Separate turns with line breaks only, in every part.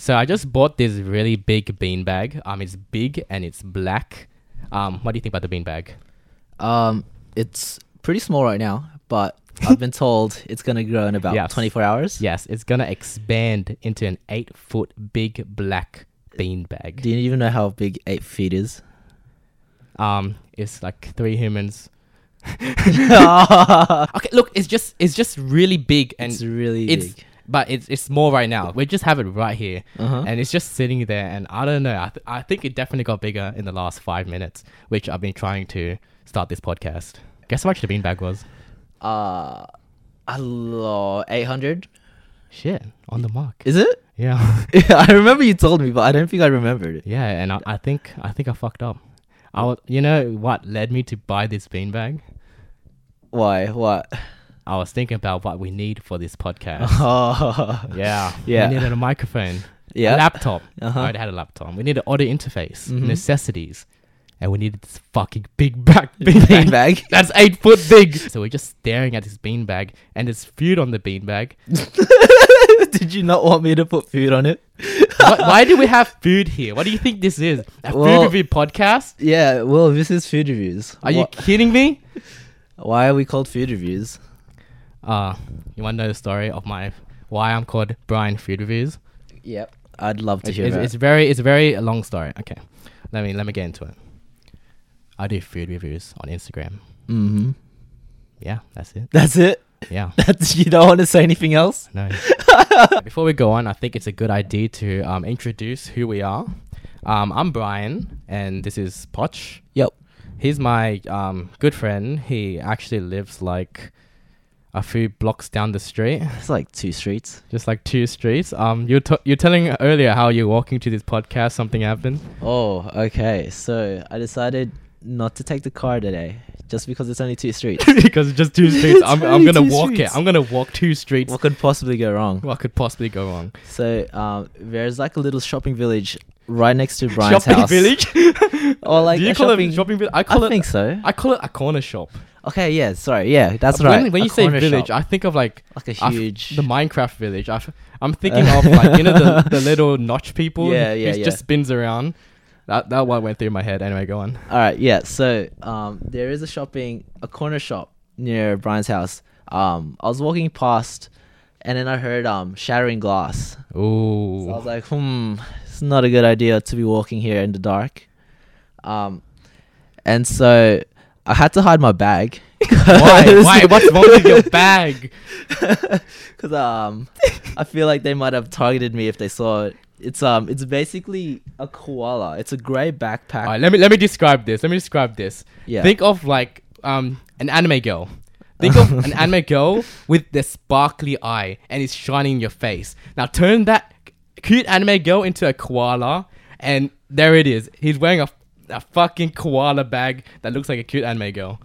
So I just bought this really big beanbag. Um, it's big and it's black. Um, what do you think about the beanbag?
Um, it's pretty small right now, but I've been told it's gonna grow in about
Yes.
24 hours.
Yes, it's gonna expand into an eight foot big black beanbag.
Do you even know how big eight feet is?
Um, it's like three humans.
it's
Okay, look, it's just it's just really big and
really
it's-
big.
but it's it's small right now. We just have it right here,
Uh-huh.
and it's just sitting there. And I don't know. I, th- I think it definitely got bigger in the last five minutes, which I've been trying to start this podcast. Guess how much the beanbag was?
Uh, a lot. 800?
Shit, on the mark.
Is it?
yeah,
I remember you told me, but I don't think I remembered it.
yeah. And I, I think I think I fucked up. I was, you know what led me to buy this beanbag?
Why? What?
I was thinking about what we need for this podcast.
Oh.
yeah,
Yeah.
We needed a microphone.
Yeah.
a laptop.
Uh-huh. Mm-hmm.
I already had a laptop. We needed audio interface, necessities, and we needed this fucking big back beanbag.
Beanbag.
That's eight foot big. So we're just staring at this beanbag, and there's food on the beanbag.
Did you not want me to put food on it?
Why, why do we have food here? What do you think this is? A
Well-
food review podcast?
Yeah, well, this is food reviews.
Are
Wha-
you kidding me?
Why are we called food reviews?
Uh, you want to know the story of my why I'm called Brian Food Reviews?
Yep. I'd love to
It's,
hear
it's,
about
it's very it's a very long story. Okay, let me let me get into it. I do food reviews on Instagram.
it. Mm-hmm.
Yeah, that's it.
That's it.
Yeah.
That's you don't want to say anything else.
No. Before we go on, I think it's a good idea to um, introduce who we are. Um, I'm Brian, and this is Poch.
Yep.
He's my um, good friend. He actually lives like a few blocks down the street,
It's like two streets.
just like two streets. Um, you're t- you're telling earlier how you're walking to this podcast, something happened.
Oh, okay. So I decided not to take the car today, just because it's only two streets.
because it's just two streets. I'm, I'm
only
gonna
two
walk
streets.
it. I'm gonna walk two streets.
what could possibly go wrong?
What could possibly go wrong?
So um, there's like a little shopping village right next to Brian's
shopping
house.
village.
Or like
Do you
a
call
shopping.
it shopping village? I call
I
it
think so.
I call it a corner shop.
Okay. Yeah. Sorry. Yeah. That's
When-
right.
When,
a
you say
corner
village,
shop.
I think of like
like a
I f-
huge.
the Minecraft village. I f- I'm thinking of like you know the, the little notch people
Yeah, yeah,
who
yeah.
just spins around. That that one went through my head. Anyway, go on.
All right, yeah. So um, there is a shopping, a corner shop near Brian's house. Um, I was walking past, and then I heard um shattering glass.
Ooh.
So I was like, hmm, it's not a good idea to be walking here in the dark. Um, and so I had to hide my bag.
Why? Why? What's wrong with your bag?
Because um, I feel like they might have targeted me if they saw it. It's um, it's basically a koala. It's a gray backpack.
All right, let me let me describe this. Let me describe this.
Yeah.
Think of like um an anime girl. Think of an anime girl with the sparkly eye and it's shining in your face. Now turn that cute anime girl into a koala, and there it is. He's wearing a, a fucking koala bag that looks like a cute anime girl.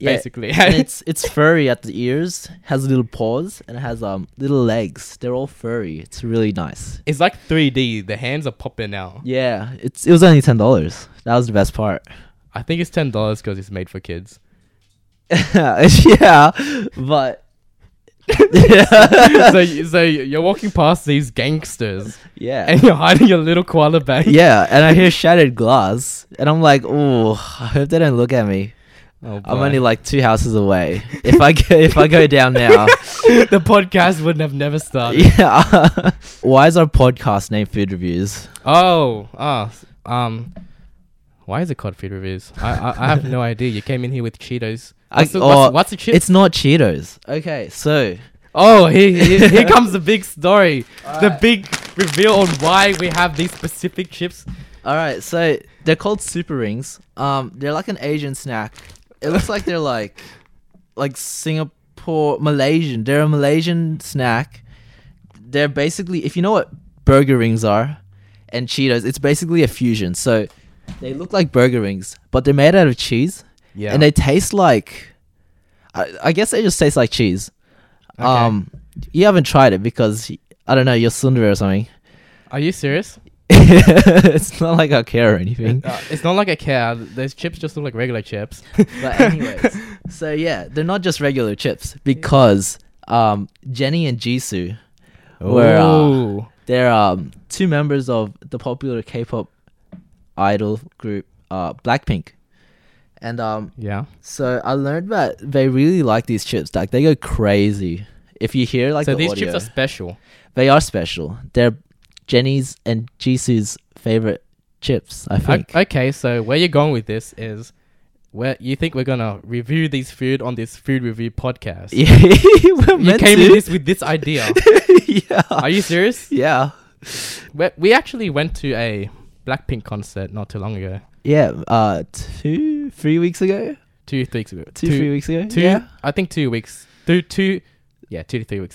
Yeah,
Basically,
and it's it's furry at the ears, has little paws, and it has um little legs. They're all furry. It's really nice.
it's like 3D. The hands are popping out.
Yeah, it's it was only ten dollars. That was the best part.
I think it's ten dollars because it's made for kids.
yeah, but
so you- so you're walking past these gangsters
yeah,
and you're hiding your little koala bag.
yeah. And I hear shattered glass, and I'm like, oh, I hope they don't look at me.
Oh,
I'm
boy.
only like two houses away. If I go, if I go down now,
the podcast wouldn't have never started.
yeah. Why is our podcast named Food Reviews?
Oh, ah, s- um, why is it called food reviews? I, I, I have no idea. You came in here with Cheetos.
I-
What's, the,
or-
what's, what's the Cheetos?
It's not Cheetos. Okay, so
oh, here, here, here comes the big story, the big reveal on why we have these specific chips.
All right, so they're called super rings. Um, they're like an Asian snack. It looks like they're like, like Singapore Malaysian. They're a Malaysian snack. They're basically, if you know what burger rings are, and Cheetos, it's basically a fusion. So they look like burger rings, but they're made out of cheese,
Yeah,
and they taste like, I, I guess they just taste like cheese.
Okay.
Um, you haven't tried it because I don't know you're Sundar or something.
Are you serious?
it's not like I care or anything.
Uh, it's not like a care. Those chips just look like regular chips.
But anyways, so yeah, they're not just regular chips because um, Jenny and Jisoo where uh,
Ooh.
there are um, two members of the popular K-pop idol group uh, Blackpink, and um,
yeah.
so I learned that they really like these chips. Like they go crazy. If you hear like
so
the
these
audio,
chips are special.
they are special. They're Jenny's and Jisoo's favorite chips. I
O-
think.
okay, so where you're going with this is where you think we're gonna review these food on this food review podcast.
yeah, we're
You
meant
came
to.
with this with this idea.
yeah.
Are you serious?
Yeah.
We, we actually went to a Blackpink concert not too long ago.
Yeah. Uh, two, three weeks ago.
Two, three weeks ago.
Two, three weeks ago.
two-
Yeah.
I think two weeks. Two, two, yeah, two to three weeks.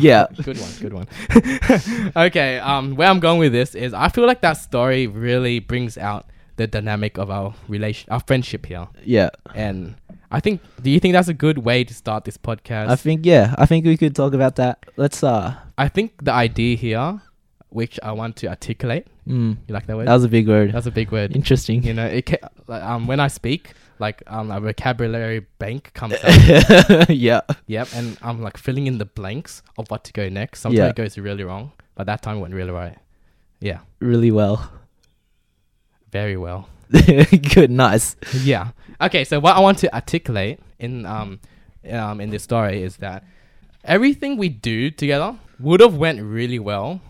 yeah.
good one, good one. okay, um, where I'm going with this is I feel like that story really brings out the dynamic of our relation, our friendship here,
Yeah.
and I think. Do you think that's a good way to start this podcast?
I think yeah. I think we could talk about that. Let's uh.
I think the idea here, which I want to articulate,
Mm,
you like that word?
that was a big word.
that's a big word.
Interesting.
You know, it ca- like, um when I speak, like um a vocabulary bank comes up.
yeah.
Yep, and I'm like filling in the blanks of what to go next. Sometimes
Yeah.
it goes really wrong, but that time went really right. Yeah,
Really well.
very well.
Good. Nice.
yeah. Okay, so what I want to articulate in um um in this story is that everything we do together would have went really well,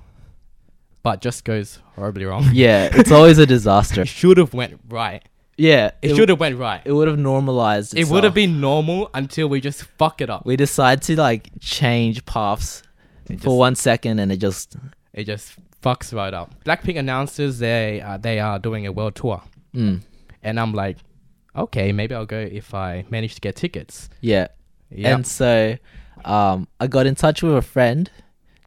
but just goes horribly wrong.
Yeah. It's always a disaster.
it should have went right.
Yeah.
It should have went right.
It would have normalized.
It would have been normal until we just fuck it up.
We decide to like change paths for one second, and it just.
It just fucks right up. Blackpink announces they uh, they are doing a world tour.
Mm,
and I'm like, okay, maybe I'll go if I manage to get tickets.
yeah.
Yeah,
And so um, I got in touch with a friend,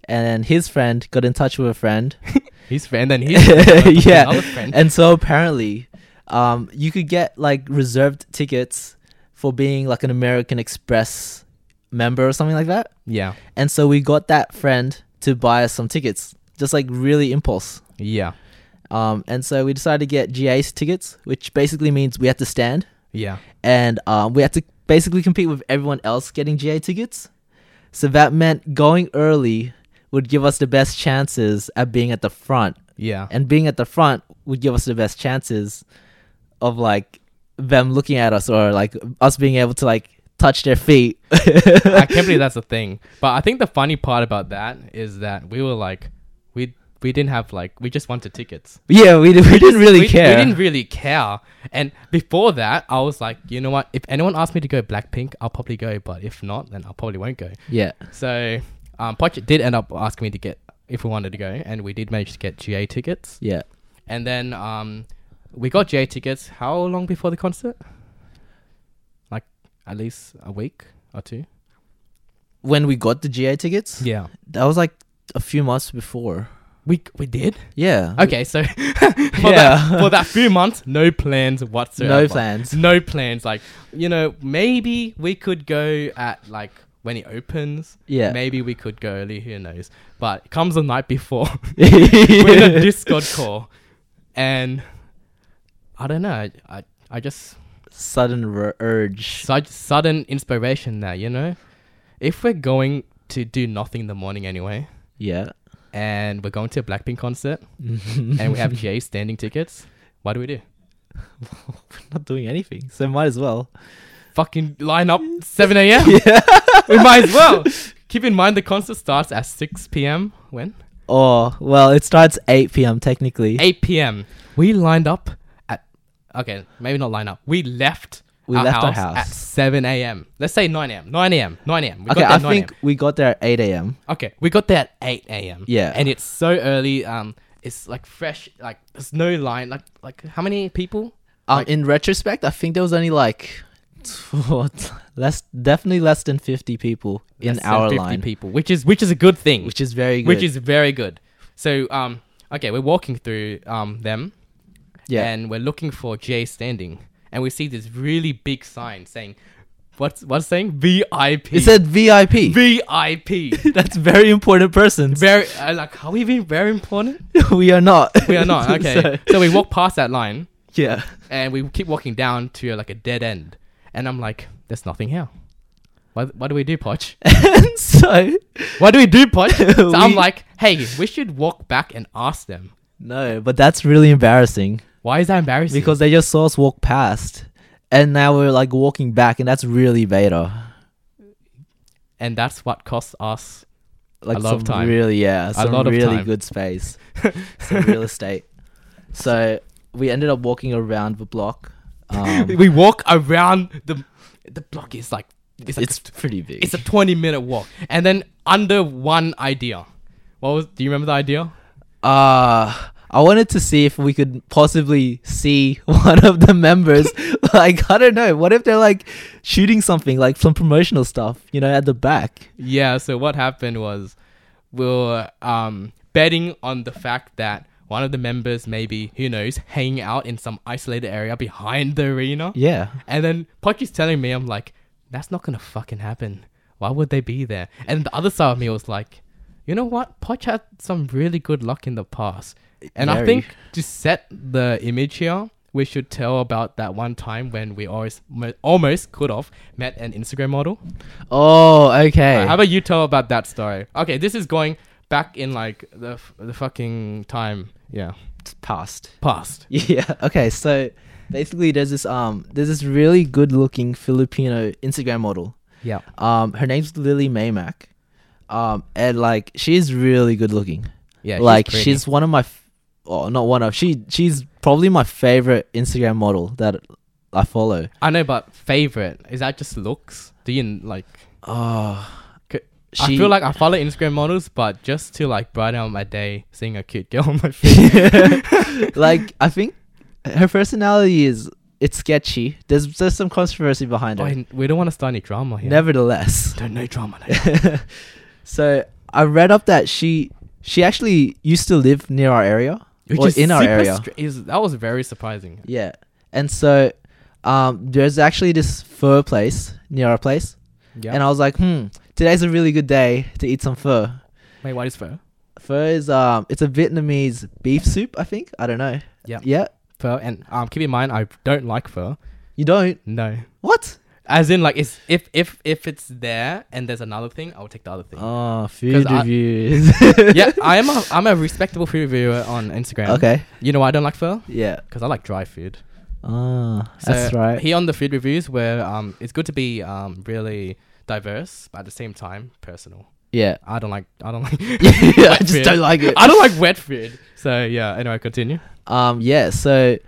and then his friend got in touch with a friend.
his friend and his friend,
yeah.
another friend.
And so apparently, um, you could get like reserved tickets for being like an American Express member or something like that.
Yeah,
And so we got that friend to buy us some tickets, just like really impulse.
yeah,
Um, and so we decided to get GA's tickets, which basically means we had to stand
yeah.
and um, we had to basically compete with everyone else getting GA tickets. So that meant going early would give us the best chances at being at the front,
Yeah,
and being at the front would give us the best chances of like them looking at us or like us being able to like touch their feet.
I can't believe that's a thing. But I think the funny part about that is that we were like, we we didn't have like, we just wanted tickets.
yeah, we, we didn't really
we,
care.
We didn't really care. And before that, I was like, you know what? If anyone asks me to go Blackpink, I'll probably go. But if not, then I probably won't go.
yeah,
So, um, Poch did end up asking me to get if we wanted to go, and we did manage to get GA tickets.
yeah.
And then um, we got GA tickets. How long before the concert? Like at least a week or two.
When we got the GA tickets,
Yeah,
that was like a few months before.
we we did.
Yeah.
Okay, so for that
Yeah.
for that few months, no plans whatsoever.
No plans.
No plans. Like you know, maybe we could go at like when it opens.
Yeah.
Maybe we could go early. Who knows? But it comes the night before. we're in a Discord call, and I don't know. I I just
Sudden r- urge.
such sudden inspiration there, you know? If we're going to do nothing in the morning anyway,
Yeah.
and we're going to a Blackpink concert, and we have Jay standing tickets, what do we do?
not doing anything, so might as well.
Fucking line up 7 a.m. we might as well. Keep in mind the concert starts at 6 p.m. When?
Oh well, it starts 8 p.m. technically.
8 p.m. We lined up at, okay, maybe not line up. We left.
We left our house.
at 7 a.m. Let's say 9 a.m. 9 a.m. 9 a.m. We
okay,
got there
I
at 9 a.m.
think we got there at 8 a.m.
Okay, we got there at eight a.m.
Yeah.
and it's so early. Um, it's like fresh. Like there's no line. Like like how many people?
Um,
Like-
in retrospect, I think there was only like what, less, definitely less than 50 people in
Less than
our
50
line,
people, which is which is a good thing,
which is very good.
which is very good. So um, okay, we're walking through um them,
yeah,
and we're looking for J standing, and we see this really big sign saying, what's what's saying VIP.
it said VIP.
VIP.
That's very important persons.
very uh, like are we being very important?
we are not.
We are not. Okay,
So,
so we walk past that line.
yeah.
and we keep walking down to like a dead end and i'm like there's nothing here What, what do we do, Poch?
and so
What do we do, Poch? So I'm
We-
like, hey, we should walk back and ask them.
no, but that's really embarrassing
Why is that embarrassing?
because they just saw us walk past, and now we're like walking back, and that's really beta.
and that's what costs us.
Like
A lot of
some
time.
Really, yeah, some
lot of
really
time.
good space, some real estate. So we ended up walking around the block. Um,
we walk around the the block is like it's, like
it's pretty big.
it's a 20 minute walk and then under one idea what was do you remember the idea
Uh I wanted to see if we could possibly see one of the members. like, I don't know. What if they're like shooting something, like some promotional stuff, you know, at the back?
yeah so what happened was we were um betting on the fact that one of the members maybe who knows hanging out in some isolated area behind the arena
Yeah.
and then Pochy's telling me i'm like that's not gonna fucking happen why would they be there and the other side of me was like you know what Poch had some really good luck in the past and i
Very.
think to set the image here, we should tell about that one time when we always mo- almost could have met an Instagram model.
Oh, okay.
Uh, how about you tell about that story? Okay, this is going back in like the f- the fucking time. Yeah,
It's past.
past.
Yeah. Okay. So basically, there's this um, there's this really good-looking Filipino Instagram model.
Yeah.
Um, her name's Lily Maymack. Um, and like she's really good-looking.
Yeah.
like
pretty.
she's one of my, f- oh, not one of she. She's probably my favorite Instagram model that I follow.
I know, but favorite is that just looks? Do you n- like?
Oh,
C- Ah, I
she-
feel like I follow Instagram models, but just to like brighten up my day, seeing a cute girl on my feed.
like I think her personality is it's sketchy. There's there's some controversy behind her.
Oh, we don't want to start any drama here.
Nevertheless,
Don't know drama. No.
so I read up that she she actually used to live near our area or in our
super
area.
str- is, that was very surprising.
Yeah. And so um, there's actually this fur place near our place.
Yeah.
And I was like, hmm, today's a really good day to eat some pho.
Wait, what is pho?
Pho is um, it's a Vietnamese beef soup, I think. I don't know.
Yeah.
Yeah.
Pho, and um, keep in mind, I don't like pho.
You don't?
No.
What?
As in, like, it's if if if it's there and there's another thing, I will take the other thing.
Oh,
'Cause I-
reviews.
yeah, I am a I'm a respectable food reviewer on Instagram.
okay.
You know why I don't like pho?
Yeah.
Because I like dry food.
Ah, that's
So,
right.
Here on the food reviews, where um, it's good to be um really diverse, but at the same time personal.
yeah.
I don't like I don't like.
I
wet
just
food.
don't like it.
I don't like wet food. So yeah. Anyway, continue.
Um, yeah, so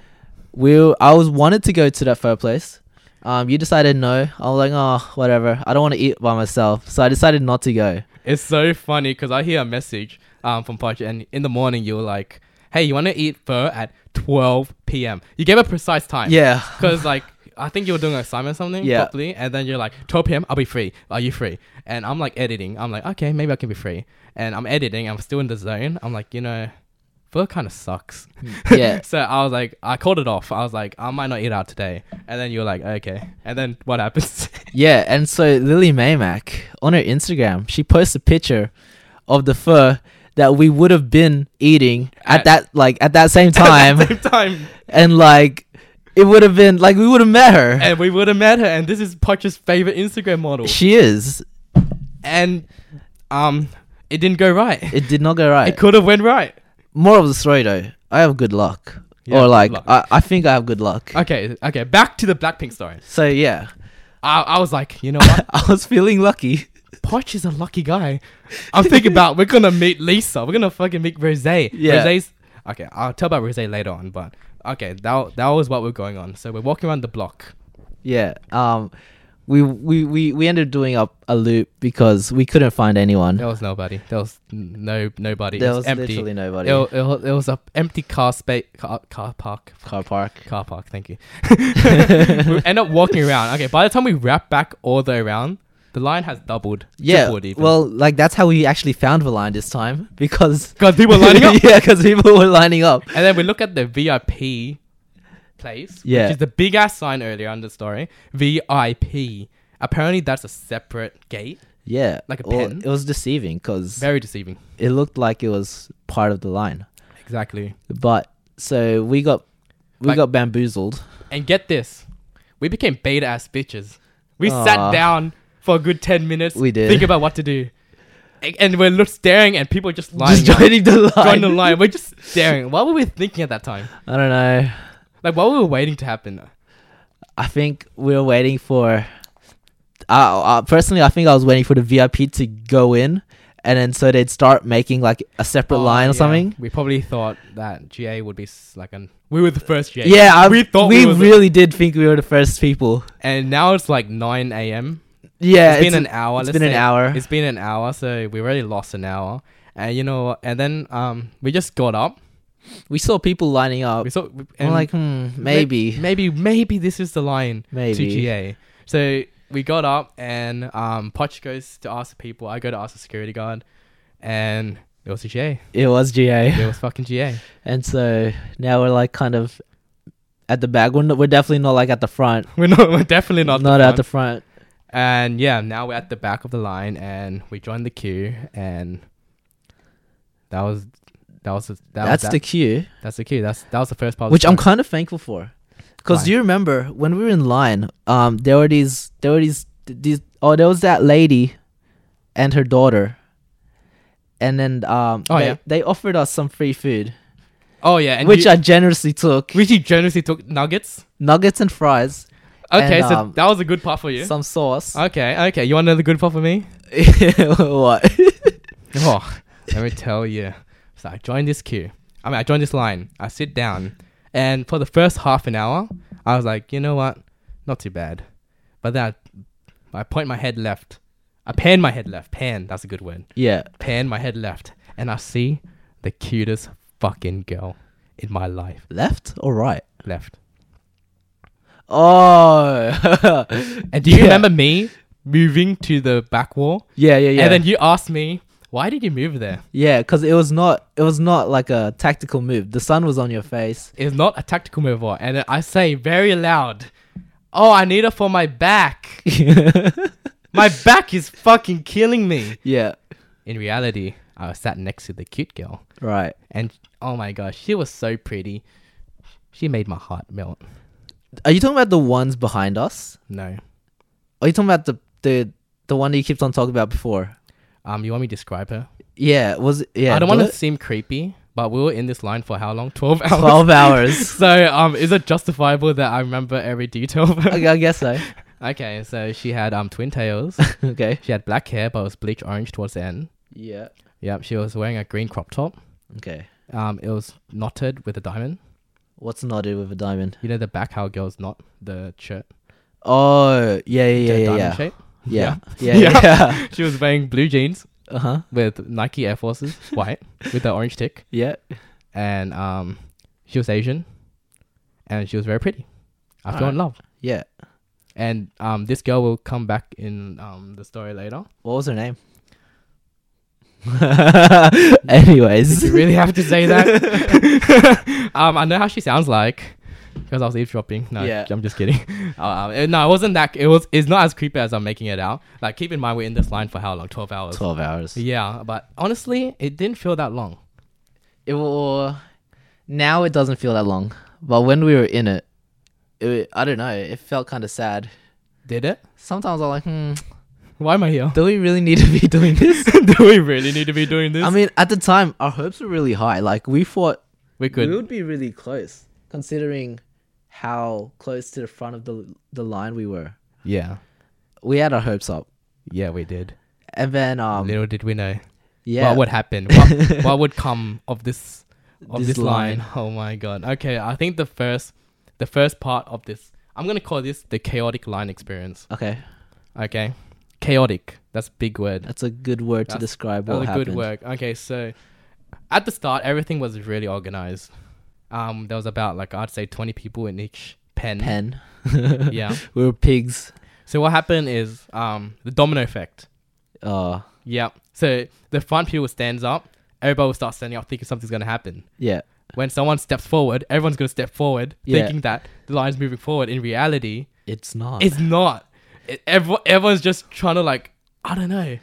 we I was wanted to go to that fur place. Um, you decided no. I was like, oh, whatever. I don't want to eat by myself, so I decided not to go.
It's so funny because I hear a message um, from Poch, and in the morning you were like, "Hey, you want to eat pho at 12 p.m." You gave a precise time.
Yeah,
Because like I think you were doing an assignment or something.
Yeah.
Properly, and then you're like, 12 p.m. I'll be free. Are you free? And I'm like editing. I'm like, okay, maybe I can be free. And I'm editing. I'm still in the zone. I'm like, you know, pho kind of sucks.
yeah.
so I was like, I called it off. I was like, I might not eat out today. And then you were like, okay. And then what happens?
Yeah, and so Lily Maymack on her Instagram, she posts a picture of the fur that we would have been eating at,
At-
that like at that same time,
Same time.
and like it would have been like we would have met her.
and we would have met her. And this is Poch's favorite Instagram model.
she is.
And um, it didn't go right. It,
It did not go right.
could have went right.
More of the story though. I have good luck,
Yeah,
or
good
like
luck.
I, I think I have good luck.
Okay, okay. Back to the Blackpink story.
So yeah,
I, I was like, you know what?
I was feeling lucky.
Poch is a lucky guy. I'm thinking about we're gonna meet Lisa. We're gonna fucking meet Rose.
Yeah.
Rose's okay. I'll tell about Rose later on, but okay, that that was what we're going on. So we're walking around the block.
Yeah. Um, we we we we ended up doing up a loop because we couldn't find anyone.
There was nobody. There was n- no nobody.
there
it
was
was empty.
literally nobody.
It, wa- it, wa- it was a empty car space, car, car park,
Car park.
car park. Thank you. we end up walking around. Okay, by the time we wrap back all the way around, the line has doubled.
Yeah.
tripled even.
Well, like that's how we actually found the line this time because
because people were lining up.
yeah, because people were lining up.
And then we look at the VIP place,
Yeah.
which is the big ass sign earlier on the story. VIP. Apparently, that's a separate gate.
Yeah.
Like a
well,
pen?
It was deceiving because
Very deceiving.
it looked like it was part of the line,
Exactly.
but so we got we
Like-
got bamboozled.
And get this, we became beta ass bitches. We
Aw.
sat down for a good 10 minutes.
We did.
Think about what to do. A- And we're look staring and people just lying.
Just joining the line.
Join the line. We're just staring. What were we thinking at that time?
I don't know.
Like, what were we waiting to happen?
I think we were waiting for. Uh, uh, personally, I think I was waiting for the VIP to go in, and then so they'd start making like a separate
Oh,
line
yeah.
or something.
We probably thought that GA would be s- like an. We were the first GA.
Yeah, I,
we thought we,
we
were the-
really did think we were the first people.
and now it's like 9 a.m.
Yeah,
it's been an hour.
It's
let's
been an
say.
hour.
It's been an hour, so we already lost an hour. And you know, and then um, we just got up.
we saw people lining up.
We saw,
I'm
and
like, hmm,
may-
maybe,
maybe, maybe this is the line to
maybe.
GA. So we got up, and um, Poch goes to ask the people. I go to ask the security guard, and it was a GA.
It was GA,
It was fucking GA.
and so now we're like kind of at the back. We're, no, we're definitely not like at the front.
We're not. We're definitely not.
Not,
the
at
front.
the front.
And yeah, now we're at the back of the line, and we joined the queue, and that was that was that
That's
was that,
the queue,
that's the queue. That's that was the first part. of
which
the
I'm
time.
kind of thankful for. Cause
Why?
do you remember when we were in line? Um, there were these, there were these, these. Oh, there was that lady, and her daughter. And then um,
Oh,
they,
yeah.
they offered us some free food,
oh yeah, and
which
you,
I generously took.
which you generously took nuggets.
nuggets and fries,
Okay,
And,
so
um,
that was a good part for you.
some sauce.
Uh, okay, okay, you want another good part for me?
what?
Oh, let me tell you. So I joined this queue. I mean, I joined this line. I sit down, and for the first half an hour, I was like, you know what, not too bad. But then I, I point my head left. I pan my head left. Pan. That's a good word.
Yeah.
pan my head left and I see the cutest fucking girl in my life
Left or right?
left.
Oh.
And do you
Yeah.
remember me moving to the back wall?
Yeah, yeah, yeah.
And then you asked me, why did you move there?
yeah, because it was not it was not like a tactical move. The sun was on your face.
It's not a tactical move. or-" And then I say very loud, oh, I need it for my back. my back is fucking killing me.
Yeah.
In reality, I was sat next to the cute girl.
Right.
And oh my gosh, she was so pretty. She made my heart melt.
Are you talking about the ones behind us?
No.
Are you talking about the the the one that you kept on talking about before?
Um, you want me to describe her?
Yeah. Was it- yeah.
I don't
do
want to
it.
seem creepy, but we were in this line for how long? Twelve hours.
twelve hours.
So, um, is it justifiable that I remember every detail? of her?
okay, I guess so.
okay, so she had um twin tails.
Okay.
she had black hair, but it was bleach orange towards the end.
Yeah.
Yep, she was wearing a green crop top.
Okay.
Um, it was knotted with a diamond.
What's knotted with a diamond?
You know the back how girls knot the shirt.
Oh yeah
to
yeah
a
yeah
diamond
yeah
shape.
yeah yeah
Yeah.
yeah.
Yeah.
yeah.
She was wearing blue jeans
uh huh.
with Nike Air Forces, white with the orange tick,
Yeah.
and um, she was Asian, and she was very pretty. I fell
Alright.
in love.
Yeah.
and um, this girl will come back in um, the story later.
What was her name? Anyways.
You really have to say that. um, I know how she sounds like because I was eavesdropping. No,
Yeah.
I'm just kidding. Uh, um, no, it wasn't that. It was. It's not as creepy as I'm making it out. Like, keep in mind we're in this line for how long? Twelve hours.
12 hours.
Yeah, but honestly, it didn't feel that long.
It will, now it doesn't feel that long. But when we were in it, it I don't know, it felt kind of sad.
Did it?
Sometimes I'm like, hmm,
Why am I here?
do we really need to be doing this?
Do we really need to be doing this?
I mean, at the time, our hopes were really high. Like, we thought
we could.
we would be really close, considering how close to the front of the, the line we were.
Yeah.
We had our hopes up.
Yeah, we did.
And then, um,
Little did we know.
yeah.
what would happen what, what would come of this of
This
this, line. oh my god okay i think the first the first part of this i'm gonna call this the chaotic line experience
Okay.
okay chaotic that's a big word
That's a good word to
That's-
describe
that's
what
a
happened.
good work okay so at the start everything was really organized um there was about like i'd say 20 people in each pen,
Pen.
yeah
we were pigs.
so what happened is um the domino effect
Uh,
yeah so the front people stands up everybody will start standing up thinking something's gonna happen
yeah.
when someone steps forward, everyone's gonna step forward,
Yeah. Oh.
thinking that the line's moving forward. In reality,
It's not.
it's not. It, everyone, everyone's just trying to like, I don't know.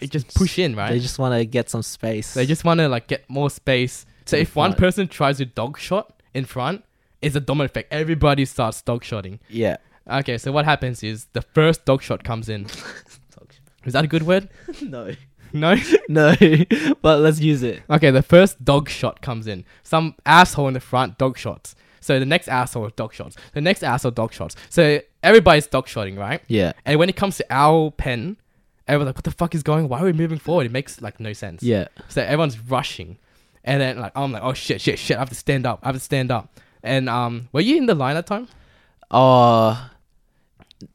It just push in, right?
They just want to get some space.
They just want to like get more space. So
the
if one
front.
person tries to dog shot in front, it's a domino effect. Everybody starts dog shotting.
yeah.
Okay, so what happens is the first dog shot comes in. Is that a good word?
no,
No.
no, but let's use it.
Okay, the first dog shot comes in. Some asshole in the front dog shots. So the next asshole dog shots. The next asshole dog shots. So everybody's dog shotting, right?
Yeah,
And when it comes to our pen, everyone's like, "What the fuck is going? Why are we moving forward? It makes like no sense."
yeah,
So everyone's rushing, and then like I'm like, "Oh shit, shit, shit! I have to stand up. I have to stand up." And um, were you in the line that time?
Uh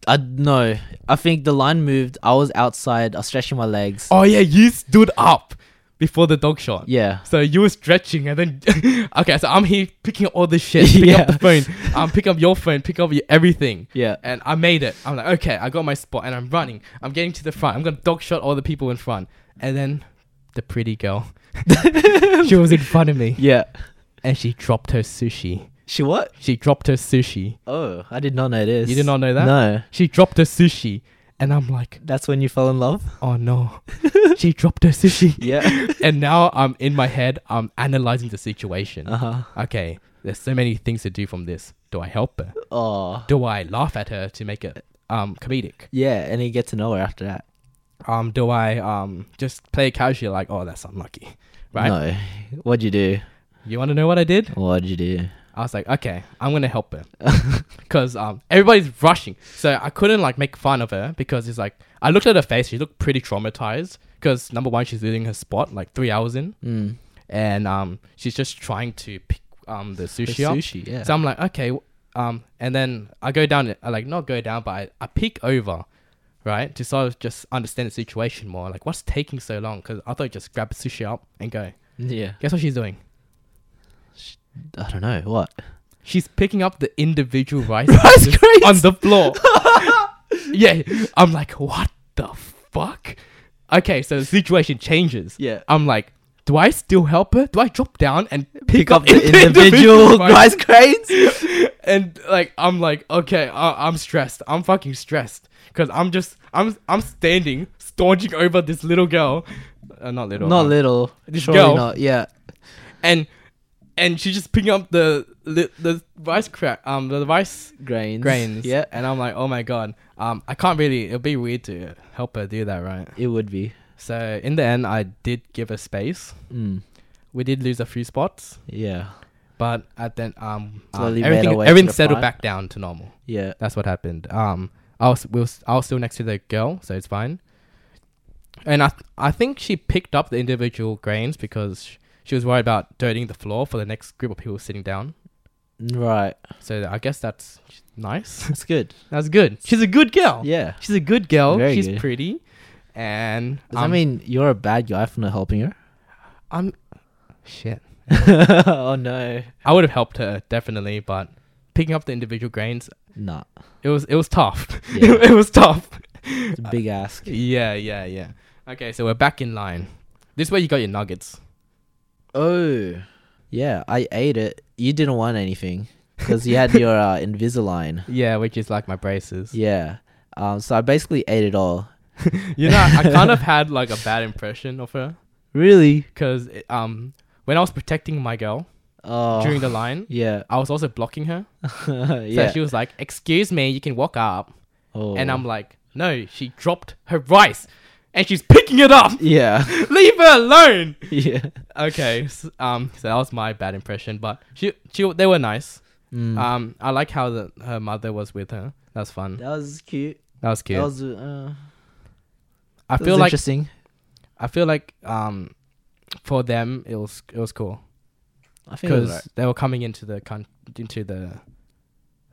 I no. I think the line moved. I was outside. I was stretching my legs.
Oh yeah, you stood up before the dog shot.
Yeah.
So you were stretching, and then okay, so I'm here picking up all this shit, picking up the phone, I'm picking up your phone, picking up your everything.
Yeah.
And I made it. I'm like, okay, I got my spot, and I'm running. I'm getting to the front. I'm gonna dog shot all the people in front, and then the pretty girl, she was in front of me,
Yeah.
and she dropped her sushi.
She what?
She dropped her sushi.
Oh, I did not know this.
You did not know that?
No.
She dropped her sushi, and I'm like,
That's when you fell in love?
oh no, she dropped her sushi.
Yeah.
and now I'm in my head, I'm analyzing the situation.
uh-huh.
Okay, there's so many things to do from this. Do I help her?
Oh.
Do I laugh at her to make it um comedic?
Yeah, and you get to know her after that.
Um, do I um just play it casually like, oh, that's unlucky, right?
No. What'd you do?
You want to know what I did?
What'd you do?
I was like, okay, I'm gonna help her, because um everybody's rushing, so I couldn't like make fun of her because it's like I looked at her face, she looked pretty traumatized because number one, she's losing her spot like three hours in,
Mm.
and um she's just trying to pick um the
The
sushi up.
Mm. sushi, yeah.
So I'm like, okay, w- um, and then I go down, I like not go down, but I, I peek over, right, to sort of just understand the situation more. Like, what's taking so long? Because I thought just grab the sushi up and go.
yeah.
Guess what she's doing?
I don't know. What?
She's picking up the individual rice pieces on the floor. yeah, I'm like, what the fuck? Okay, so the situation changes.
Yeah.
I'm like, do I still help her? Do I drop down and pick,
Pick up the
individual
individual
rice
rice cranes?
and like I'm like okay, I I'm stressed. I'm fucking stressed because I'm just I'm I'm standing staunching over this little girl, uh, not little,
Not
um,
little.
This
Surely
girl.
not. Yeah.
and and she's just picking up the the, the rice crack um the rice
Grains.
grains.
Yeah.
and I'm like oh my god, um I can't really. It'll be weird to help her do that, right?
It would be.
So in the end, I did give her space.
Mm.
We did lose a few spots,
Yeah.
but at then um, um,
Slowly made our
everything
way to
everything
the
settled
front.
back down to normal.
Yeah.
that's what happened. Um, I was we was, I was still next to the girl, so it's fine. And I I think she picked up the individual grains because sh- she was worried about dirtying the floor for the next group of people sitting down.
Right.
So I guess that's nice.
That's good.
that's good. She's a good girl.
Yeah.
She's a good girl.
Very
She's
good.
pretty, and
Does that
um,
mean you're a bad guy for not helping her?
I'm shit.
oh no.
I would have helped her definitely, but picking up the individual grains,
Nah.
it was it was tough.
Yeah.
it was tough.
It's a big ask.
Yeah, yeah, yeah. Okay, so we're back in line. This way you got your nuggets.
Oh. Yeah, I ate it. You didn't want anything because you had your uh, Invisalign.
Yeah, which is like my braces.
Yeah. Um, so I basically ate it all.
You know, I kind of had like a bad impression of her
Really?
because um, when I was protecting my girl
Oh.
during the line,
yeah.
I was also blocking her. So
yeah.
she was like, "Excuse me, you can walk up,"
oh.
and I'm like, "No, she dropped her rice, and she's picking it up.
Yeah.
Leave her alone."
yeah.
Okay, s um, so that was my bad impression, but she, she, they were nice.
Mm.
Um, I like how the, her mother was with her. That's fun.
that was cute.
That was cute.
That was. Uh,
I
that
feel
was
like
interesting.
I feel like um for them it was it was cool
I think it
because
was. Right.
they were coming into the con- into the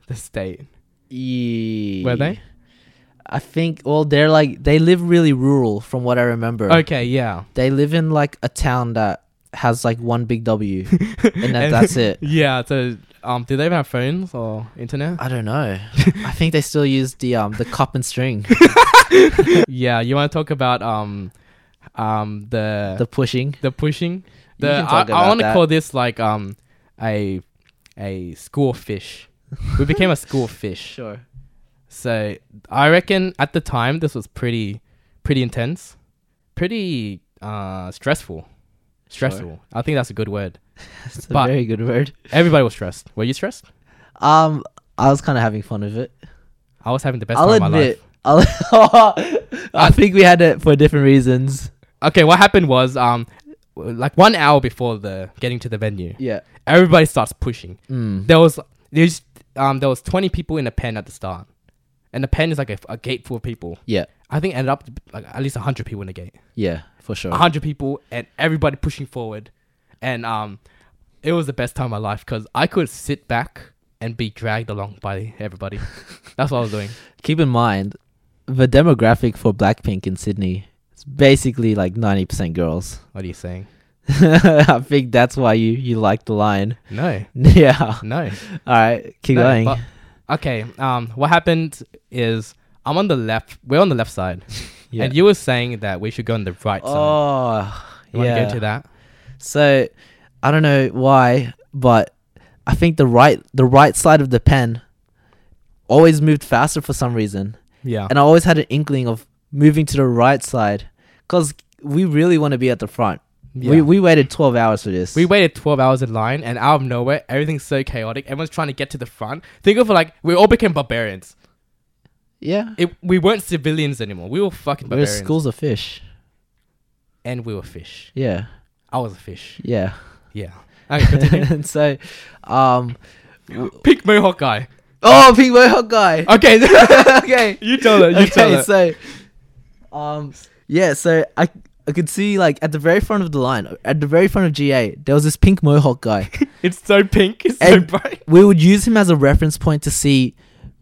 the state.
Yeah.
Were they?
I think. Well, they're like they live really rural, from what I remember.
Okay, yeah.
They live in like a town that has like one big W, and that, that's it.
Yeah. So um, do they even have phones or internet?
I don't know. I think they still use the um the cup and string,
yeah. You want to talk about um um the
the
the,
pushing.
pushing?
You
The
can talk
I, I
about
want to
that.
call this like um a a school fish. we became a school fish.
Sure.
So I reckon at the time this was pretty, pretty intense, pretty uh, stressful. Stressful. I think that's a good word.
It's a
But-
very good word.
Everybody was stressed. Were you stressed?
Um, I was kind of having fun with it.
I was having the best
I'll
time of my life.
admit. I'll, I think we had it for different reasons.
Okay, what happened was um, w- like one hour before the getting to the venue,
Yeah.
everybody starts pushing.
Mm.
There was there's um there was twenty people in a pen at the start, and the pen is like a, a gate full of people.
Yeah.
I think it ended up like at least hundred people in the gate.
Yeah. For sure.
hundred people and everybody pushing forward, and um, it was the best time of my life because I could sit back and be dragged along by everybody. That's what I was doing.
Keep in mind, the demographic for Blackpink in Sydney is basically like ninety percent girls.
What are you saying?
I think that's why you you like the line.
No,
yeah.
no.
All right. Keep
No,
going.
but- okay. Um, what happened is I'm on the left. We're on the left side,
Yeah.
and you were saying that we should go on the right side.
oh.
You want to
yeah.
go to that?
So I don't know why, but I think the right the right side of the pen always moved faster for some reason,
Yeah.
and I always had an inkling of moving to the right side because we really want to be at the front.
Yeah.
We we waited twelve hours for this.
We waited 12 hours in line, and out of nowhere, everything's so chaotic. Everyone's trying to get to the front. Think of it like we all became barbarians.
yeah.
It, we weren't civilians anymore. We were fucking
We're
barbarians.
schools of fish.
and we were fish.
Yeah.
I was a fish.
Yeah.
Yeah. Okay, continue.
and so, um.
Pink Mohawk guy.
Oh, Pink Mohawk guy.
Okay.
okay.
you tell it. You tell
okay,
it.
so um yeah, so I I could see like at the very front of the line, at the very front of GA, there was this pink mohawk guy.
it's so pink. It's so
And-
bright.
we would use him as a reference point to see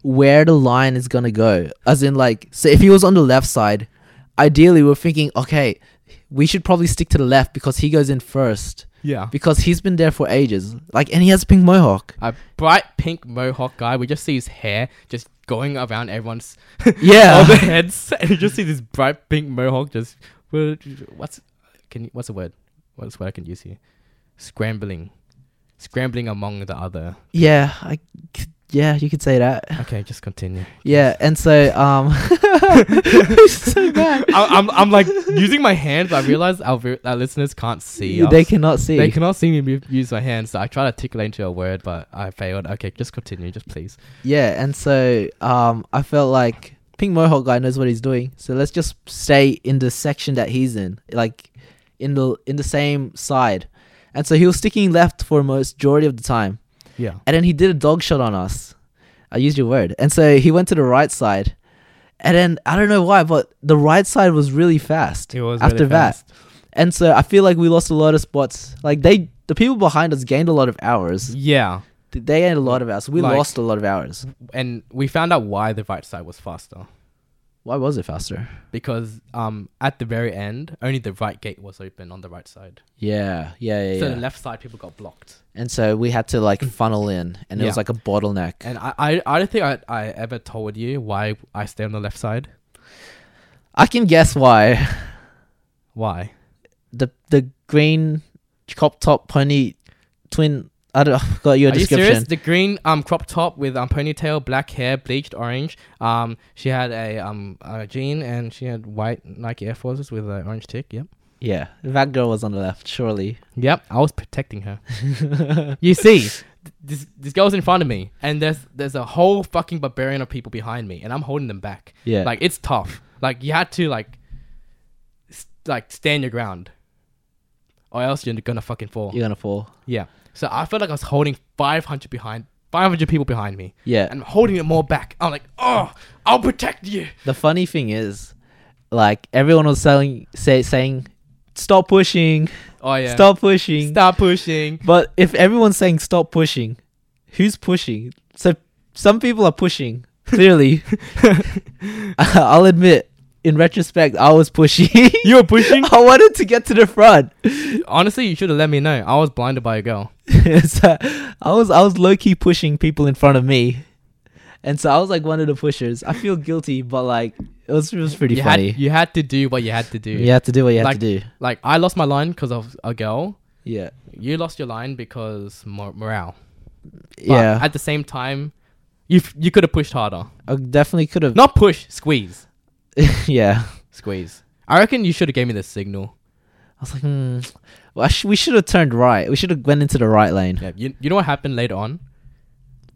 where the line is gonna go. As in like so if he was on the left side, ideally we're thinking, okay, we should probably stick to the left because he goes in first.
Yeah.
Because he's been there for ages. Like and he has a pink mohawk.
A bright pink mohawk guy. We just see his hair just going around everyone's
Yeah.
all the heads, and you just see this bright pink mohawk. Just well, what's can you, what's the word? What's the word I can use here? Scrambling, scrambling among the other.
Yeah, I c- yeah, you could say that.
Okay, just continue.
Yeah, and so um, so bad.
I, I'm I'm like using my hands. but I realize our, vi- our listeners can't see. I
they
was-
cannot see.
They cannot see me move- use my hands, so I try to articulate into a word, but I failed. Okay, just continue, just please.
yeah, and so um, I felt like Pink Mohawk guy knows what he's doing. So let's just stay in the section that he's in, like in the in the same side. And so he was sticking left for most majority of the time,
Yeah.
and then he did a dog shot on us. I used your word, and so he went to the right side, and then I don't know why, but the right side was really fast.
It was
after
really
that.
fast.
And so I feel like we lost a lot of spots. Like they, the people behind us gained a lot of hours.
Yeah,
Th- They gained a lot of hours. We
Like-
lost a lot of hours.
and we found out why the right side was faster.
Why was it faster?
because um at the very end only the right gate was open on the right side
Yeah, yeah, yeah.
so
yeah.
the left side people got blocked
and so we had to like funnel in, and it was
Yeah.
like a bottleneck.
and i i, I don't think I, I ever told you why i stay on the left side
I can guess why.
why
The the green crop top pony twin. I don't. I forgot your
are you
description.
serious the green um crop top with um ponytail black hair bleached orange um she had a um a jean and she had white nike air forces with an orange tick yep
Yeah, that girl was on the left, surely.
Yep, I was protecting her. you see, th- this this girl's in front of me, and there's there's a whole fucking barbarian of people behind me, and I'm holding them back.
Yeah.
like it's tough. Like you had to like, s like stand your ground, or else you're gonna fucking fall.
You're gonna fall.
Yeah. So I felt like I was holding 500 behind, 500 people behind me,
Yeah.
and I'm holding it more back. I'm like, oh, I'll protect you.
The funny thing is, like everyone was selling, say, saying, "Stop pushing,
Oh yeah.
stop pushing."
Stop pushing.
But if everyone's saying stop pushing, who's pushing? So some people are pushing. Clearly, I'll admit, in retrospect, I was pushing.
You were pushing.
I wanted to get to the front,
Honestly, you should have let me know. I was blinded by a girl.
so I was I was low key pushing people in front of me, and so I was like one of the pushers. I feel guilty, but like it was it was pretty
you
funny.
Had, you had to do what you had to do.
you have to do what you have
Like-
to do.
Like I lost my line because of a girl.
Yeah,
You lost your line because mor- morale. But
yeah.
At the same time, you f- you could have pushed harder.
I definitely could have.
Not push, squeeze,
yeah.
squeeze. I reckon you should have gave me the signal.
I was like, hmm. Well, I sh- we should have turned right. We should have went into the right lane.
Yeah. You you know what happened later on?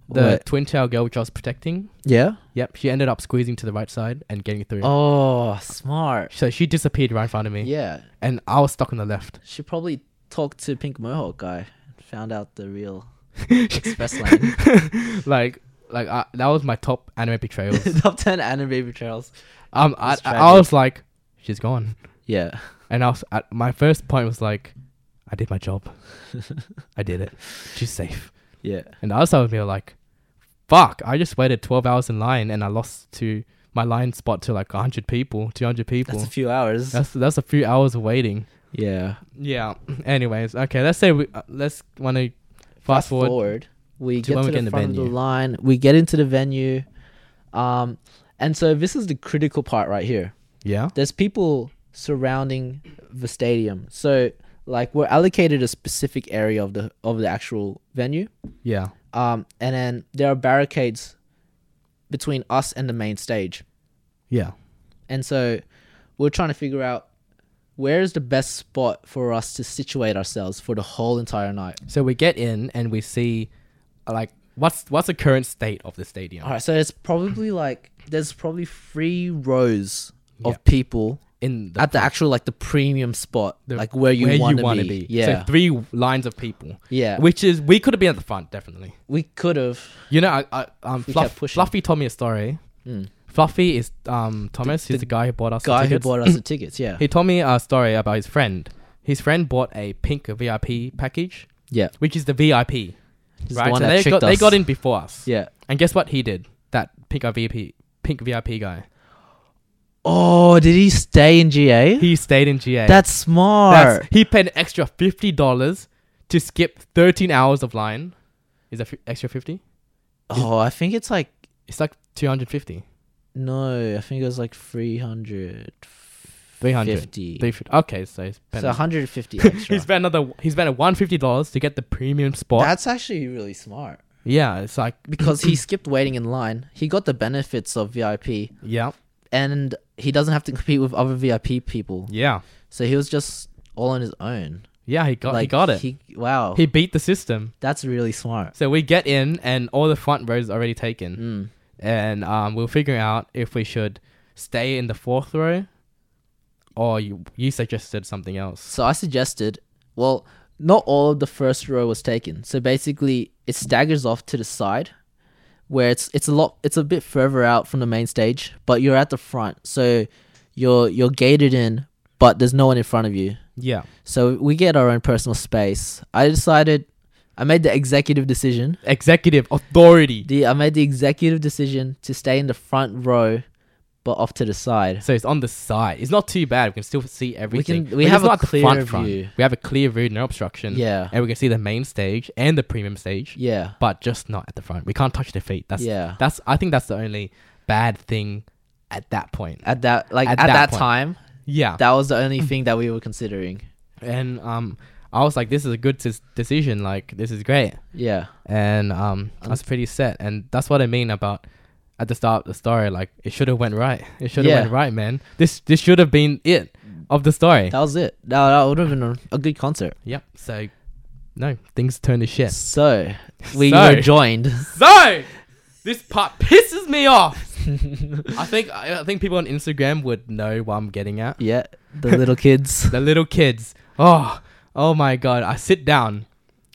the
Wait.
twin tail girl which I was protecting.
Yeah.
Yep, she ended up squeezing to the right side and getting through.
Oh, smart.
So she disappeared right in front of me,
Yeah.
and I was stuck on the left.
She probably talked to Pink Mohawk guy and found out the real express lane.
like, like I, that was my top anime betrayals.
Top 10 anime betrayals.
um, I,
It's
I, I
tragic.
was like, she's gone,
Yeah.
and I was I, my first point was like, I did my job, I did it, she's safe.
Yeah.
And the other side of me were like, fuck, I just waited twelve hours in line, and I lost to my line spot to like hundred people, two hundred people.
That's a few hours.
that's that's a few hours of waiting.
yeah.
Yeah. Anyways, okay. Let's say we uh, let's want to fast forward.
we
to
get
when
to
we
the
get in the
front of
venue.
the line. We get into the venue. Um, and so this is the critical part right here.
Yeah.
there's people surrounding the stadium. So like we're allocated a specific area of the of the actual venue.
Yeah.
Um and then there are barricades between us and the main stage.
Yeah.
And so we're trying to figure out where is the best spot for us to situate ourselves for the whole entire night.
So we get in and we see, uh, like, what's what's the current state of the stadium
All right, so it's probably like there's probably three rows of
Yeah.
people
in the,
at the actual like the premium spot,
the-
like where you want to
wanna
be. Yeah,
So three lines of people.
yeah. We,
Which is we could have been at the front definitely.
we could have
You know, I, I um
We
Fluff,
kept pushing.
Fluffy told me a story.
Mm.
Fluffy is um Thomas. he's the guy who bought us the
guy who
tickets.
bought us the tickets. Yeah.
he told me a story about his friend. His friend bought a pink VIP package,
Yeah.
which is the VIP.
This is
right,
the one
so
that
they
tricked
got, they
us.
got in before us.
Yeah.
And guess what he did? That pink VIP, pink VIP guy.
Oh, did he stay in GA?
He stayed in GA.
That's smart.
That's- he paid an extra fifty dollars to skip thirteen hours of line. Is that fi- extra fifty?
oh, I think it's like
It's like two hundred fifty.
no, I think it was like 300
300.
50.
Three fifty. Okay, so he spent.
So 150 extra.
he spent another. He spent one fifty dollars to get the premium spot.
That's actually really smart
yeah, it's like
because he skipped waiting in line. He got the benefits of VIP
yeah,
and he doesn't have to compete with other VIP people.
yeah,
So he was just all on his own.
yeah. He got. he
Like,
got it. He,
He, wow.
beat the system.
that's really smart.
So we get in, and all the front rows already taken.
Mm.
and um, we'll figure out if we should stay in the fourth row or you, you suggested something else.
So I suggested, well, not all of the first row was taken. So basically, it staggers off to the side, where it's it's a lot, it's a bit further out from the main stage, but you're at the front, so you're you're gated in, but there's no one in front of you.
Yeah.
So we get our own personal space. I decided, I made the executive decision.
Executive authority.
The I made the executive decision to stay in the front row, but off to the side.
So it's on the side. It's not too bad. We can still see everything.
we
But it's
have a
not the
clear
front.
view.
We have a clear view, no obstruction.
Yeah,
And we can see the main stage and the premium stage,
yeah,
but just not at the front. We can't touch their feet. That's
yeah.
that's. I think that's the only bad thing at that point.
At that, like
At
at
that
that
point.
time.
Yeah.
That was the only thing that we were considering.
and um, I was like, this is a good des- decision. Like this is great.
Yeah.
and um, I was pretty set. And that's what I mean about at the start of the story. Like it should have went right. It should have
Yeah.
went right, man. This this should have been it of the story.
That was it. That, that would have been a, a good concert.
yep. So no, things turn to shit.
So, we
So.
were joined.
So this part pisses me off. I think I, I think people on Instagram would know what I'm getting at.
yeah. The little kids.
The little kids. Oh oh my god. I sit down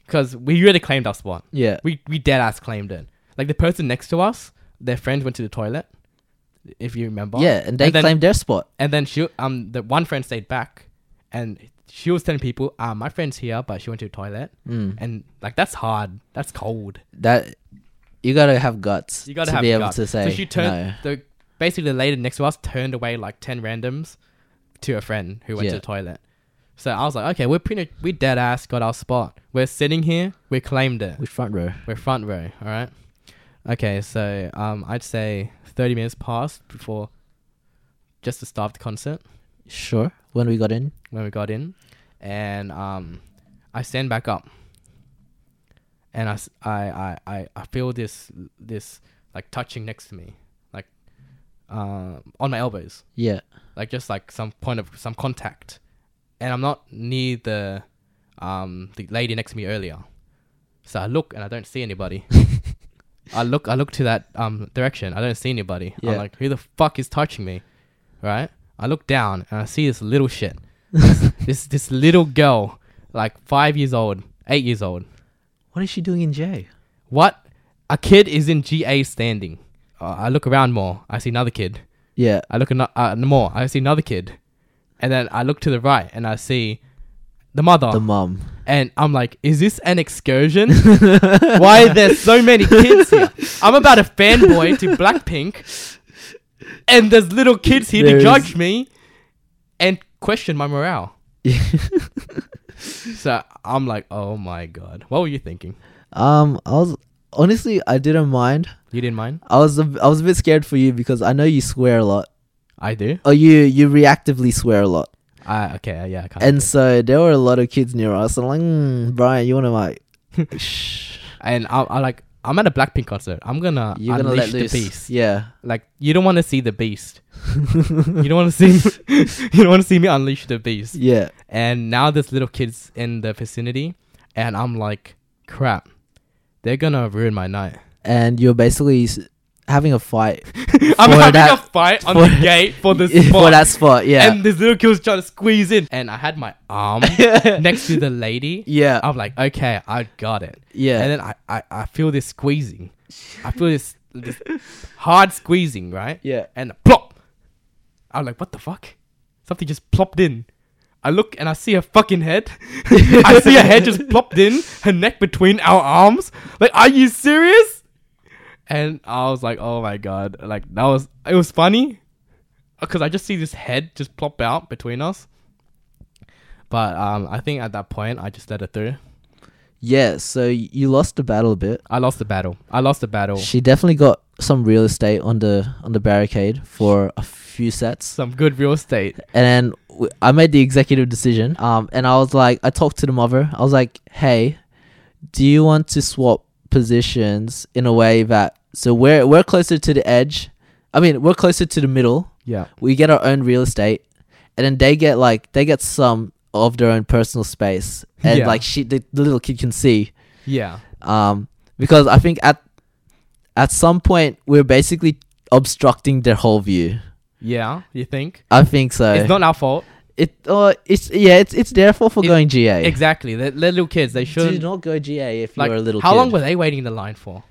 because we really claimed our spot.
Yeah.
We we dead ass claimed it. Like the person next to us, their friend went to the toilet. If you remember.
Yeah. And they
And then-
claimed their spot.
And then she um the one friend stayed back and she was telling people, ah, my friend's here, but she went to the toilet.
Mm.
And like that's hard. That's cold.
That you gotta have guts.
You gotta
to
have
be able
guts.
to say.
So she turned the basically the lady next to us turned away like ten randoms to a friend who went to
Yeah.
the toilet. So I was like, okay, we're pretty we dead ass got our spot. We're sitting here, we claimed it.
no. With front row.
We're front row, all right. Okay, so um, I'd say thirty minutes passed before just the start of the concert
Sure. When we got in.
when we got in, and um, I stand back up, and I, s- I- I- I- I feel this this like touching next to me, like uh, on my elbows,
Yeah.
like just like some point of some contact, and I'm not near the um, the lady next to me earlier, so I look and I don't see anybody. I look, I look to that um direction. I don't see anybody.
Yeah.
I'm like, who the fuck is touching me? Right? I look down and I see this little shit. this, this this little girl, like five years old, eight years old.
What is she doing in J?
What? A kid is in GA standing. Uh, I look around more. I see another kid.
Yeah.
I look an- uh, more. I see another kid, and then I look to the right and I see the mother.
The mum.
and I'm like, is this an excursion? Why are there so many kids here? I'm about a fanboy to Blackpink, and there's little kids here to
There is-
judge me and question my morale. So I'm like, oh my god, what were you thinking?
um, I was honestly I didn't mind.
You didn't mind?
I was a, I was a bit scared for you because I know you swear a lot.
I do.
Or Oh, you you reactively swear a lot.
Uh, okay, yeah, I can't.
And
And
so there were a lot of kids near us. I'm like, mm, Brian, you want to like, shh,
and I'm, I'm like, I'm at a Blackpink concert. I'm gonna
you're gonna
unleash
let loose.
the beast.
Yeah,
Like you don't want to see the beast. you don't want to see. you don't want to see me unleash the beast.
yeah.
And now there's little kids in the vicinity, and I'm like, crap, they're gonna ruin my night.
And you're basically s- having a fight
I'm
For
having
that-
a fight on
for-
the gate for the spot,
for that spot. Yeah,
and this little kid's trying to squeeze in. And I had my arm next to the lady.
yeah,
I'm like, okay, I got it.
yeah.
And then I, I, I feel this squeezing. I feel this, this hard squeezing, right?
yeah.
and plop. I'm like, what the fuck? Something just plopped in. I look and I see her fucking head. I see her head just plopped in, her neck between our arms. Like, are you serious? And I was like, oh my god. Like, that was, it was funny. Because I just see this head just plop out between us. But um, I think at that point, I just let her through.
Yeah, so y- you lost the battle a bit.
I lost the battle. I lost the battle.
She definitely got some real estate on the on the barricade for a few sets.
Some good real estate.
And then w- I made the executive decision. Um, and I was like, I talked to the mother. I was like, hey, do you want to swap positions in a way that so we're we're closer to the edge? I mean, we're closer to the middle.
Yeah.
We get our own real estate, and then they get like they get some of their own personal space, and
Yeah.
like she the, the little kid can see.
Yeah.
Um, because I think at at some point we're basically obstructing their whole view.
Yeah. You think?
I think so.
It's not our fault.
It uh, it's yeah, it's it's their fault for
It-
going GA.
Exactly. They're, they're little kids. They
Do
shouldn't.
not go GA if
Like,
you're a little.
how
kid.
long were they waiting in the line for?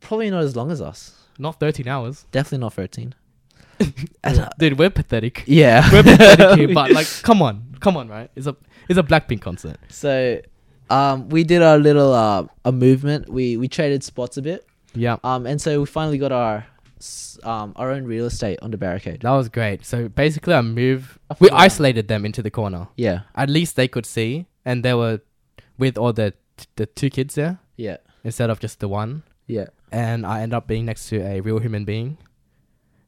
Probably not as long as us.
Not 13 hours.
Definitely not thirteen. I don't-
Dude, we're pathetic.
uh, yeah.
we're pathetic here, but like, come on. Come on, right? It's a it's a Blackpink concert.
so, um, we did our little uh a movement. We we traded spots a bit.
Yeah.
Um, and so we finally got our s- um our own real estate on the barricade.
That was great. So basically, I move.
I
We
forgot.
isolated them into the corner.
Yeah.
At least they could see, and they were with all the the two kids there
Yeah.
instead of just the one.
Yeah.
And I end up being next to a real human being,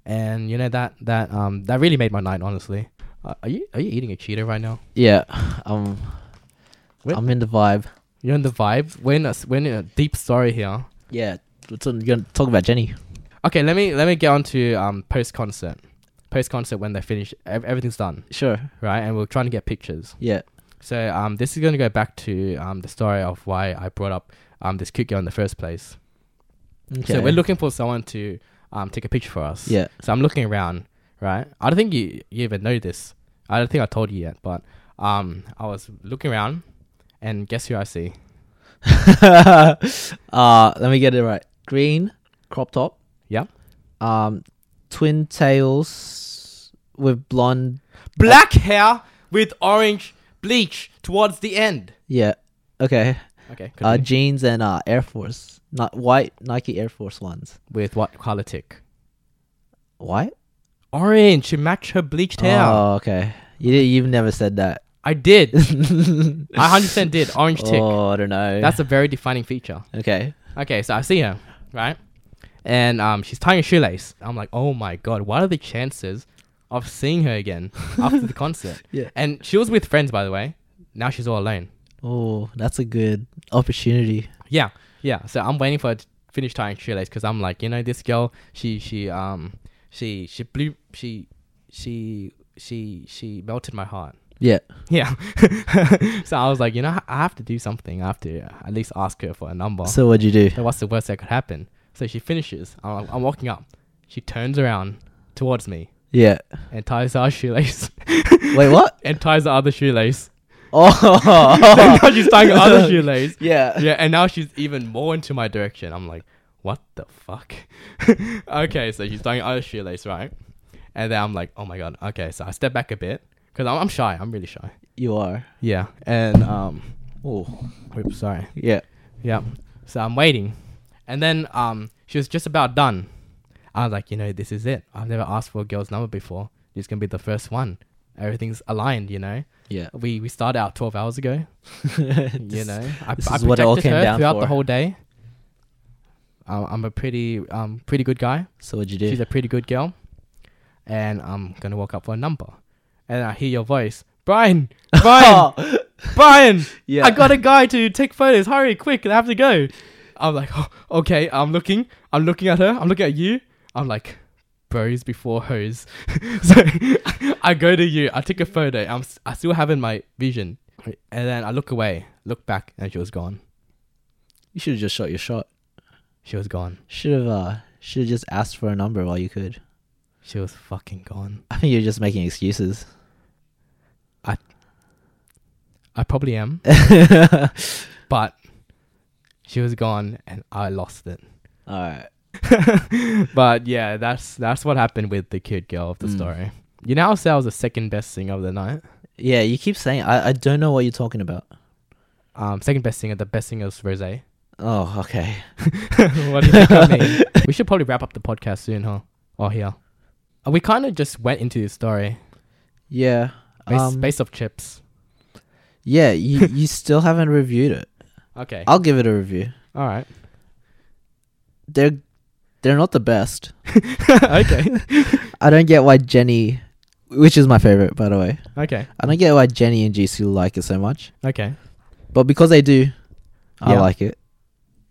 and you know that that um that really made my night. Honestly, uh, are you are you eating a cheeto right now?
Yeah. Um,
Wait.
I'm in the vibe.
You're in the vibe. We're in a, s- we're in a deep story here.
Yeah. Let's not- You're gonna talk about Jenny.
Okay, let me let me get on to um, post concert. Post concert when they finish, ev- everything's done,
Sure.
right? And we're trying to get pictures.
Yeah.
So um, this is going to go back to um, the story of why I brought up um, this cute girl in the first place.
Okay.
So we're looking for someone to um, take a picture for us.
Yeah.
So I'm looking around, right? I don't think you, you even know this. I don't think I told you yet, but um, I was looking around, and guess who I see?
uh let me get it right. Green crop top.
Yeah.
Um, twin tails with blonde.
Black hair with orange bleach towards the end.
Yeah. Okay.
Okay.
Uh,
continue.
jeans and uh Air Force, not white Nike Air Force ones.
with what color tick?
White.
Orange to match her bleached hair.
Oh, okay. You did, you've never said that.
I did. I hundred percent did. Orange tick.
Oh, I don't know.
That's a very defining feature.
okay.
Okay, so I see her, right? And um, she's tying a shoelace. I'm like, oh my god, what are the chances of seeing her again after the concert?
Yeah.
And she was with friends, by the way. Now she's all alone.
Oh, that's a good opportunity.
Yeah, yeah. So I'm waiting for her to finish tying shoelace because I'm like, you know, this girl, she, she, um, she, she blew, she, she, she, she melted my heart.
Yeah.
Yeah. so I was like, you know, I have to do something. I have to at least ask her for a number.
So what'd you do?
So what's the worst that could happen? So she finishes. I'm, I'm walking up. She turns around towards me
Yeah.
and ties our shoelace.
Wait, what?
and ties the other shoelace.
Oh.
now she's tying her other shoelace.
Yeah.
Yeah, and now she's even more into my direction. I'm like, what the fuck? okay, so she's tying her other shoelace, right? And then I'm like, oh my god. Okay, so I step back a bit because I'm, I'm shy. I'm really shy.
You are.
Yeah, and um,
Oh.
oops, sorry.
Yeah.
Yeah. So I'm waiting. And then um she was just about done. I was like, you know, this is it. I've never asked for a girl's number before. This gonna be the first one. Everything's aligned, you know.
Yeah.
We we started out twelve hours ago. you know, I,
this
I
is what it all
protected
came
her
down
throughout
for.
the whole day. Um, I'm a pretty um pretty good guy.
So what'd you do?
She's a pretty good girl, and I'm gonna walk up for a number. And I hear your voice, Brian, Brian, Brian,
Oh, Yeah.
I got a guy to take photos. Hurry, quick! I have to go. I'm like, oh, okay. I'm looking. I'm looking at her. I'm looking at you. I'm like, bros before hoes. so I go to you. I take a photo. I'm. s- I still have in my vision, and then I look away, look back, and she was gone.
you should have just shot your shot.
She was gone.
Should have. Uh, should have just asked for a number while you could.
She was fucking gone.
I think you're just making excuses.
I probably am,
All
but she was gone, and I lost it.
right.
But yeah, that's that's what happened with the cute girl of the
Mm.
story. You know how I said I was the second best singer of the night?
Yeah, you keep saying I, I don't know what you're talking about.
Um, second best singer, the best singer is Rose. what
Oh, okay.
do you think I mean? We should probably wrap up the podcast soon, huh? Or here. Uh, We kind of just went into this story
Yeah.
based,
um,
based off chips.
yeah, you, you still haven't reviewed it.
Okay.
I'll give it a review.
All right.
They're they're not the best.
okay.
I don't get why Jenny, which is my favorite by the way.
Okay.
I don't get why Jenny and Jisoo like it so much,
Okay.
but because they do, I
Yeah.
like it.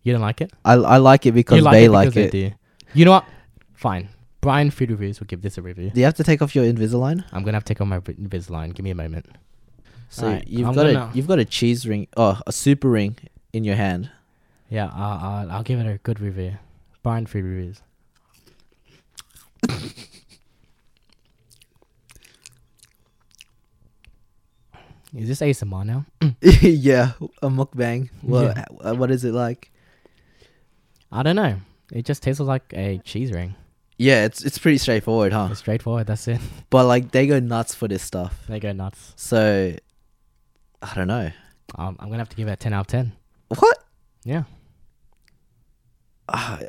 You don't like it?
I I like it because
you like
they
it
like
because
it.
they do. You know what? Fine. Brian Food Reviews will give this a review.
Do you have to take off your Invisalign?
I'm gonna have to take on my vi- Invisalign. Give me a moment.
So
Alright,
you've
I'm
got
gonna-
a you've got a cheese ring, oh, a super ring in your hand.
Yeah, I'll, I'll, I'll give it a good review. Brian Food Reviews. Is this ASMR now?
yeah, a mukbang. What
Yeah.
uh, what is it like?
I don't know. It just tastes like a cheese ring.
Yeah, it's it's pretty straightforward, huh?
It's straightforward. That's it.
But like they go nuts for this stuff.
They go nuts.
So I don't know.
Um, I'm gonna have to give it a ten out of ten.
What?
Yeah.
Ah,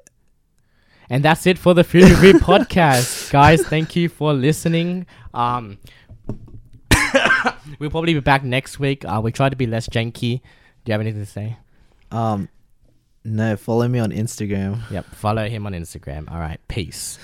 And that's it for the Food Review podcast, guys. Thank you for listening. Um, we'll probably be back next week. Uh, we try to be less janky. Do you have anything to say?
um no, follow me on Instagram.
Yep. Follow him on Instagram. All right. Peace.